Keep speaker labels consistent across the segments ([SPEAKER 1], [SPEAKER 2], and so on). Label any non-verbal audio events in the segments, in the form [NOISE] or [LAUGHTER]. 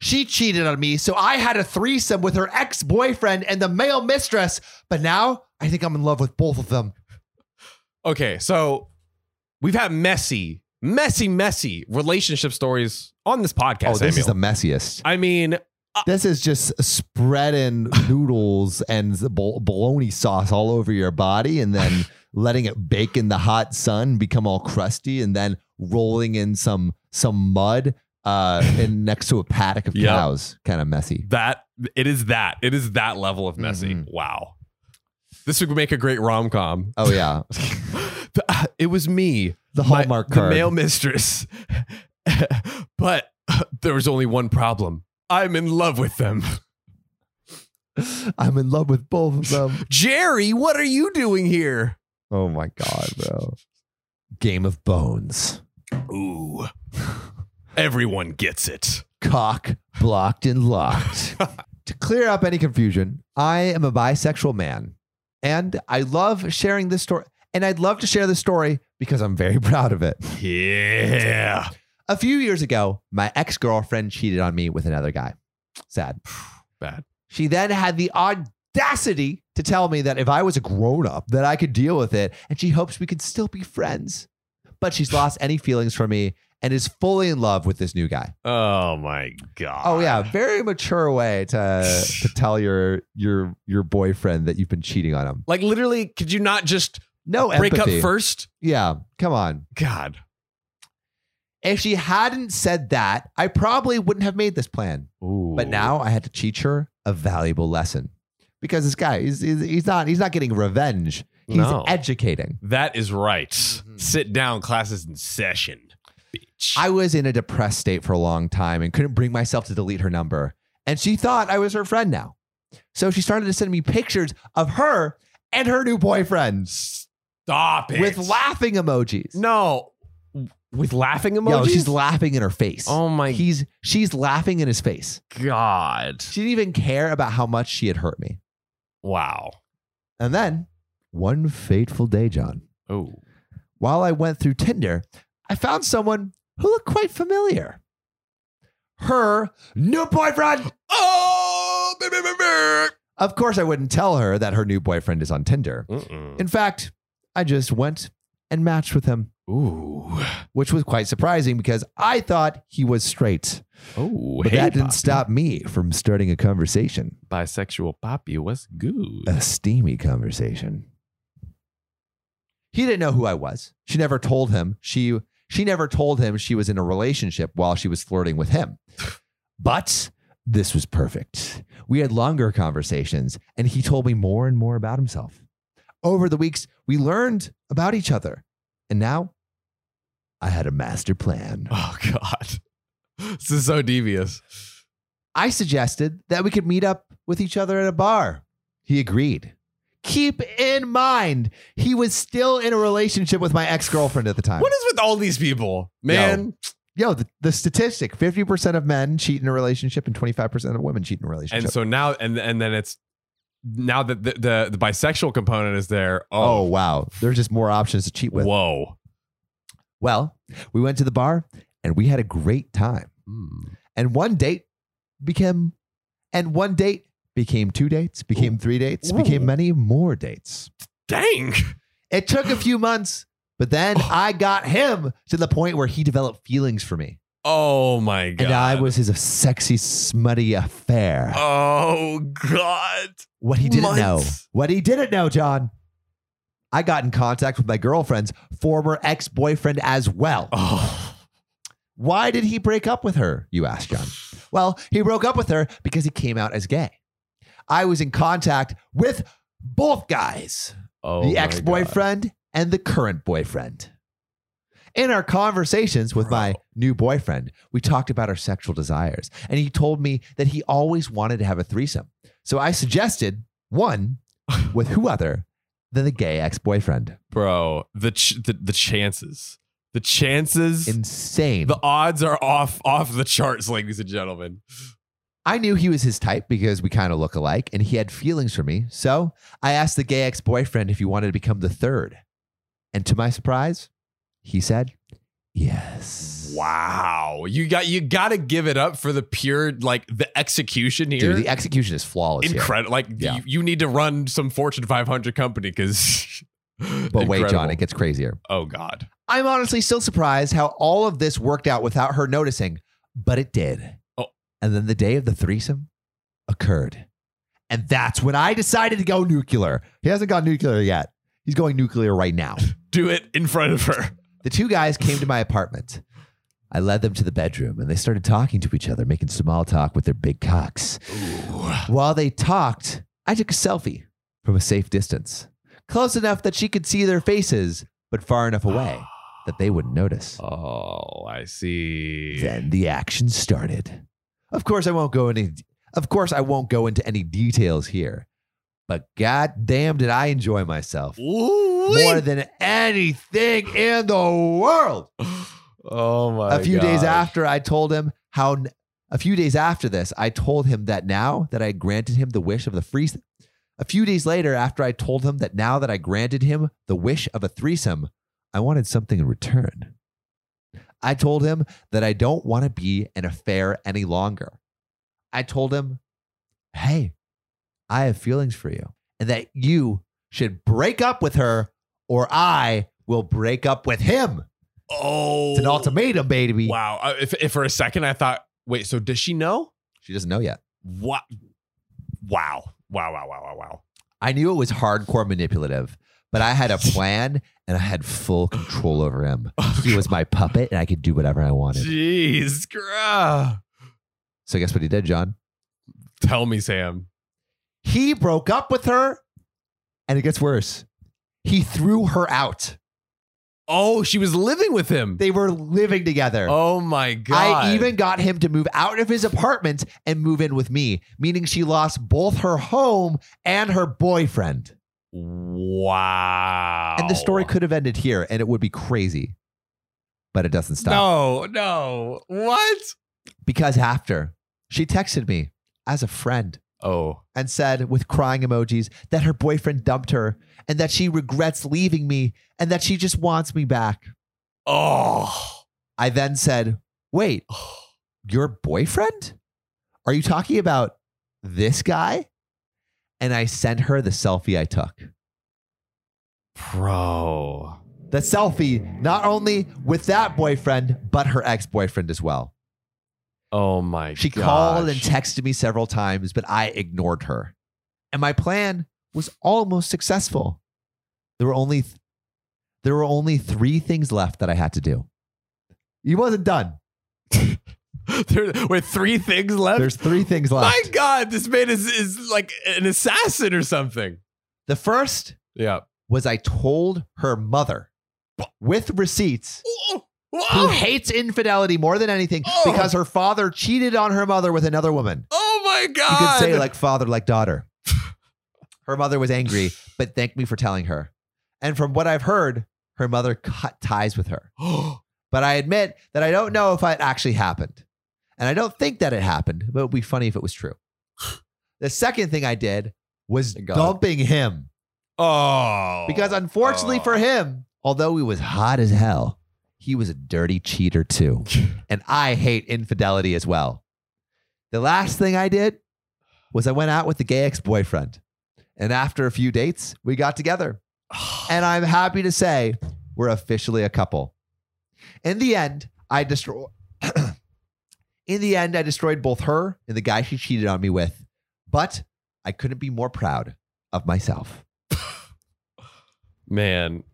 [SPEAKER 1] She cheated on me, so I had a threesome with her ex boyfriend and the male mistress. But now I think I'm in love with both of them.
[SPEAKER 2] Okay, so we've had messy, messy, messy relationship stories on this podcast.
[SPEAKER 1] oh, this is the
[SPEAKER 2] Samuel.
[SPEAKER 1] messiest.
[SPEAKER 2] I mean,
[SPEAKER 1] This is just
[SPEAKER 2] [LAUGHS]
[SPEAKER 1] spreading noodles and bol- bologna sauce all over your body and then
[SPEAKER 2] [LAUGHS]
[SPEAKER 1] letting it bake in the hot sun, become all crusty, and then rolling in some some mud uh,
[SPEAKER 2] [LAUGHS]
[SPEAKER 1] and next to a paddock of
[SPEAKER 2] Yep.
[SPEAKER 1] cows. Kind of messy.
[SPEAKER 2] that it is that it is that level of messy.
[SPEAKER 1] Mhm.
[SPEAKER 2] Wow, this would make a great rom com.
[SPEAKER 1] Oh,
[SPEAKER 2] [LAUGHS]
[SPEAKER 1] yeah.
[SPEAKER 2] [SIGHS] it was me,
[SPEAKER 1] The
[SPEAKER 2] my-
[SPEAKER 1] Hallmark
[SPEAKER 2] the
[SPEAKER 1] card.
[SPEAKER 2] male mistress, [LAUGHS] but [LAUGHS] there was only one problem. I'm in love with them.
[SPEAKER 1] [LAUGHS] I'm in love with both of them.
[SPEAKER 2] Jerry, what are you doing here?
[SPEAKER 1] Oh my god, bro. Game of Bones.
[SPEAKER 2] Ooh. [LAUGHS] Everyone gets it.
[SPEAKER 1] Cock blocked and locked. [LAUGHS] to clear up any confusion, I am a bisexual man and I love sharing this story. And I'd love to share this story because I'm very [LAUGHS] proud of it.
[SPEAKER 2] Yeah.
[SPEAKER 1] A few years ago, my ex girlfriend cheated on me with another guy. Sad.
[SPEAKER 2] Bad.
[SPEAKER 1] She then had the audacity to tell me that if I was a grown up, that I could deal with it, and she hopes we could still be friends. But she's lost any feelings for me and is fully in love with this new guy.
[SPEAKER 2] Oh my god.
[SPEAKER 1] Oh yeah, very mature way to to tell your your your boyfriend that you've been cheating on him.
[SPEAKER 2] Like literally, could you not just
[SPEAKER 1] No Oh, empathy.
[SPEAKER 2] break up first?
[SPEAKER 1] Yeah, come on.
[SPEAKER 2] God.
[SPEAKER 1] If she hadn't said that, I probably wouldn't have made this plan.
[SPEAKER 2] Ooh.
[SPEAKER 1] But now I had to teach her a valuable lesson because this guy he's he's, he's not he's not getting revenge. He's
[SPEAKER 2] No.
[SPEAKER 1] educating.
[SPEAKER 2] that is right.
[SPEAKER 1] Mhm.
[SPEAKER 2] Sit down, classes in session. Bitch.
[SPEAKER 1] I was in a depressed state for a long time and couldn't bring myself to delete her number. And she thought I was her friend now. So she started to send me pictures of her and her new boyfriend
[SPEAKER 2] Stop it.
[SPEAKER 1] with laughing emojis.
[SPEAKER 2] No. With laughing emojis?
[SPEAKER 1] Yo, she's laughing in her face.
[SPEAKER 2] oh my
[SPEAKER 1] He's she's laughing in his face.
[SPEAKER 2] god.
[SPEAKER 1] She didn't even care about how much she had hurt me.
[SPEAKER 2] Wow.
[SPEAKER 1] And then one fateful day, John,
[SPEAKER 2] Oh.
[SPEAKER 1] while I went through Tinder, I found someone who looked quite familiar. Her new boyfriend.
[SPEAKER 2] Oh, baby, baby.
[SPEAKER 1] Of course, I wouldn't tell her that her new boyfriend is on Tinder.
[SPEAKER 2] Mm-mm.
[SPEAKER 1] In fact, I just went and matched with him,
[SPEAKER 2] Ooh.
[SPEAKER 1] which was quite surprising because I thought he was straight.
[SPEAKER 2] Oh,
[SPEAKER 1] But
[SPEAKER 2] hey,
[SPEAKER 1] that didn't
[SPEAKER 2] Poppy.
[SPEAKER 1] stop me from starting a conversation,
[SPEAKER 2] Bisexual Poppy, what's good?
[SPEAKER 1] a steamy conversation. He didn't know who I was. She never told him. She she never told him she was in a relationship while she was flirting with him. But this was perfect. We had longer conversations, and he told me more and more about himself. Over the weeks, we learned about each other. And now I had a master plan.
[SPEAKER 2] [LAUGHS] Oh God, this is so devious.
[SPEAKER 1] I suggested that we could meet up with each other at a bar. He agreed. Keep in mind, he was still in a relationship with my ex girlfriend at the time.
[SPEAKER 2] What is with all these people, man?
[SPEAKER 1] Yo, the, the statistic 50% of men cheat in a relationship and 25% of women cheat in a relationship.
[SPEAKER 2] And so now, and and then it's now that the the, the bisexual component is there.
[SPEAKER 1] oh,
[SPEAKER 2] Oh,
[SPEAKER 1] wow. There's just more options to cheat with.
[SPEAKER 2] whoa.
[SPEAKER 1] Well, we went to the bar and we had a great time. And one date became, and one date became two dates, became three dates,
[SPEAKER 2] Ooh.
[SPEAKER 1] became many more dates.
[SPEAKER 2] Dang.
[SPEAKER 1] It took a few months, but
[SPEAKER 2] [SIGHS]
[SPEAKER 1] then I got him to the point where he developed feelings for me.
[SPEAKER 2] Oh my God.
[SPEAKER 1] And I was his sexy, smutty affair. [LAUGHS]
[SPEAKER 2] Oh God.
[SPEAKER 1] what he didn't know.
[SPEAKER 2] months.
[SPEAKER 1] What he didn't know, John. I got in contact with my girlfriend's former ex boyfriend as well.
[SPEAKER 2] Oh.
[SPEAKER 1] Why did he break up with her? You asked
[SPEAKER 2] [SIGHS]
[SPEAKER 1] John. Well, he broke up with her because he came out as gay. I was in contact with both guys.
[SPEAKER 2] Oh. my
[SPEAKER 1] the
[SPEAKER 2] God.
[SPEAKER 1] ex boyfriend and the current boyfriend. In our conversations with my new boyfriend, we talked about our sexual desires, and he told me that he always wanted to have a threesome. So I suggested one with who other than the gay ex boyfriend.
[SPEAKER 2] [LAUGHS] bro. The ch- the the chances. The chances.
[SPEAKER 1] Insane.
[SPEAKER 2] the odds are off off the charts, ladies and gentlemen.
[SPEAKER 1] I knew he was his type because we kind of look alike and he had feelings for me. So I asked the gay ex boyfriend if he wanted to become the third. And to my surprise, he said Yes.
[SPEAKER 2] Wow. You got you got to give it up for the pure like the execution here.
[SPEAKER 1] Dude, the execution is flawless. here.
[SPEAKER 2] incredible. Like
[SPEAKER 1] Yeah.
[SPEAKER 2] you, you need to run some Fortune 500 company because.
[SPEAKER 1] But wait, John, it gets crazier.
[SPEAKER 2] Oh God.
[SPEAKER 1] I'm honestly still surprised how all of this worked out without her noticing, but it did.
[SPEAKER 2] Oh.
[SPEAKER 1] And then the day of the threesome occurred. And that's when I decided to go nuclear. He hasn't gone nuclear yet. He's going nuclear right now.
[SPEAKER 2] Do it in front of her.
[SPEAKER 1] The two guys came to my apartment. I led them to the bedroom and they started talking to each other, making small talk with their big cocks. While they talked, I took a selfie from a safe distance, close enough that she could see their faces, but far enough away that they wouldn't notice.
[SPEAKER 2] Oh, I see.
[SPEAKER 1] Then the action started. Of course, I won't go any. Of course, I won't go into any details here. But goddamn, did I enjoy myself more
[SPEAKER 2] Ooh-wee.
[SPEAKER 1] than anything in the world.
[SPEAKER 2] Oh my.
[SPEAKER 1] a few days
[SPEAKER 2] gosh.
[SPEAKER 1] after I told him how n- a few days after this, I told him that now that I granted him the wish of the free a few days later after I told him that now that I granted him the wish of a threesome, I wanted something in return. I told him that I don't want to be an affair any longer. I told him, "Hey, I have feelings for you and that you should break up with her or I will break up with him."
[SPEAKER 2] Oh.
[SPEAKER 1] It's an ultimatum, baby.
[SPEAKER 2] Wow. Uh, If, if for a second I thought, wait, so does she know?
[SPEAKER 1] She doesn't know yet.
[SPEAKER 2] What? Wow. Wow. Wow. Wow. Wow. Wow.
[SPEAKER 1] I knew it was hardcore manipulative, but I
[SPEAKER 2] [LAUGHS]
[SPEAKER 1] had a plan and I had full control over him. [LAUGHS] He was my puppet and I could do whatever I wanted.
[SPEAKER 2] Jeez. grah.
[SPEAKER 1] So guess what he did, John?
[SPEAKER 2] Tell me, Sam.
[SPEAKER 1] He broke up with her and it gets worse. He threw her out.
[SPEAKER 2] Oh, she was living with him.
[SPEAKER 1] They were living together.
[SPEAKER 2] Oh my god.
[SPEAKER 1] I even got him to move out of his apartment and move in with me, meaning she lost both her home and her boyfriend.
[SPEAKER 2] Wow.
[SPEAKER 1] And the story could have ended here and it would be crazy. But it doesn't stop.
[SPEAKER 2] No, no. What?
[SPEAKER 1] Because after she texted me as a friend
[SPEAKER 2] Oh.
[SPEAKER 1] and said with crying emojis that her boyfriend dumped her and that she regrets leaving me and that she just wants me back.
[SPEAKER 2] Oh.
[SPEAKER 1] I then said, Wait, your boyfriend? Are you talking about this guy? And I sent her the selfie I took.
[SPEAKER 2] Bro.
[SPEAKER 1] The selfie, not only with that boyfriend, but her ex boyfriend as well.
[SPEAKER 2] Oh my
[SPEAKER 1] She
[SPEAKER 2] gosh.
[SPEAKER 1] called and texted me several times, but I ignored her. And my plan was almost successful. There were only th- there were only 3 things left that I had to do. He wasn't done.
[SPEAKER 2] [LAUGHS] there were three things left.
[SPEAKER 1] There's 3 things
[SPEAKER 2] my
[SPEAKER 1] left.
[SPEAKER 2] god, this man is, is like an assassin or something.
[SPEAKER 1] The first
[SPEAKER 2] Yeah.
[SPEAKER 1] was I told her mother with receipts who hates infidelity more than anything
[SPEAKER 2] Oh.
[SPEAKER 1] because her father cheated on her mother with another woman.
[SPEAKER 2] Oh my
[SPEAKER 1] You
[SPEAKER 2] god.
[SPEAKER 1] could say like father, like
[SPEAKER 2] [LAUGHS]
[SPEAKER 1] daughter. her mother was angry, but thanked me for telling her. And from what I've heard, her mother cut ties with her. But I admit that I don't know if it actually happened. And I don't think that it happened, but it would be funny if it was true. The second thing I did was
[SPEAKER 2] Thank God.
[SPEAKER 1] dumping him.
[SPEAKER 2] [GASPS] oh.
[SPEAKER 1] Because unfortunately
[SPEAKER 2] Oh.
[SPEAKER 1] for him, although he was hot as hell, he was a dirty cheater too. and I hate infidelity as well. The last thing I did was I went out with the gay ex boyfriend. And after a few dates, we got together. And I'm happy to say we're officially a couple. In the end, I destroy. [CLEARS THROAT] In the end, I destroyed both her and the guy she cheated on me with, but I couldn't be more proud of myself.
[SPEAKER 2] [SIGHS] Man.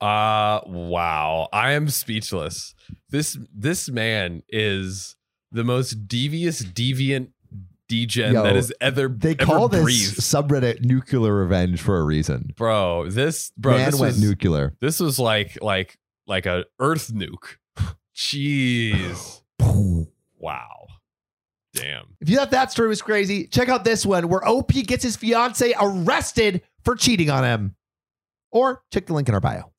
[SPEAKER 2] Uh wow. I am speechless. This this man is the most devious deviant degen
[SPEAKER 1] Yo,
[SPEAKER 2] that has ever
[SPEAKER 1] They
[SPEAKER 2] ever
[SPEAKER 1] call this
[SPEAKER 2] breathed.
[SPEAKER 1] subreddit nuclear revenge for a reason.
[SPEAKER 2] bro. This bro
[SPEAKER 1] Man
[SPEAKER 2] this
[SPEAKER 1] went
[SPEAKER 2] was [LAUGHS]
[SPEAKER 1] nuclear.
[SPEAKER 2] this was like like like a earth nuke. [SIGHS] Jeez.
[SPEAKER 1] [SIGHS]
[SPEAKER 2] wow. Damn.
[SPEAKER 1] If you thought that story was crazy, check out this one where OP gets his fiance arrested for cheating on him. Or check the link in our bio.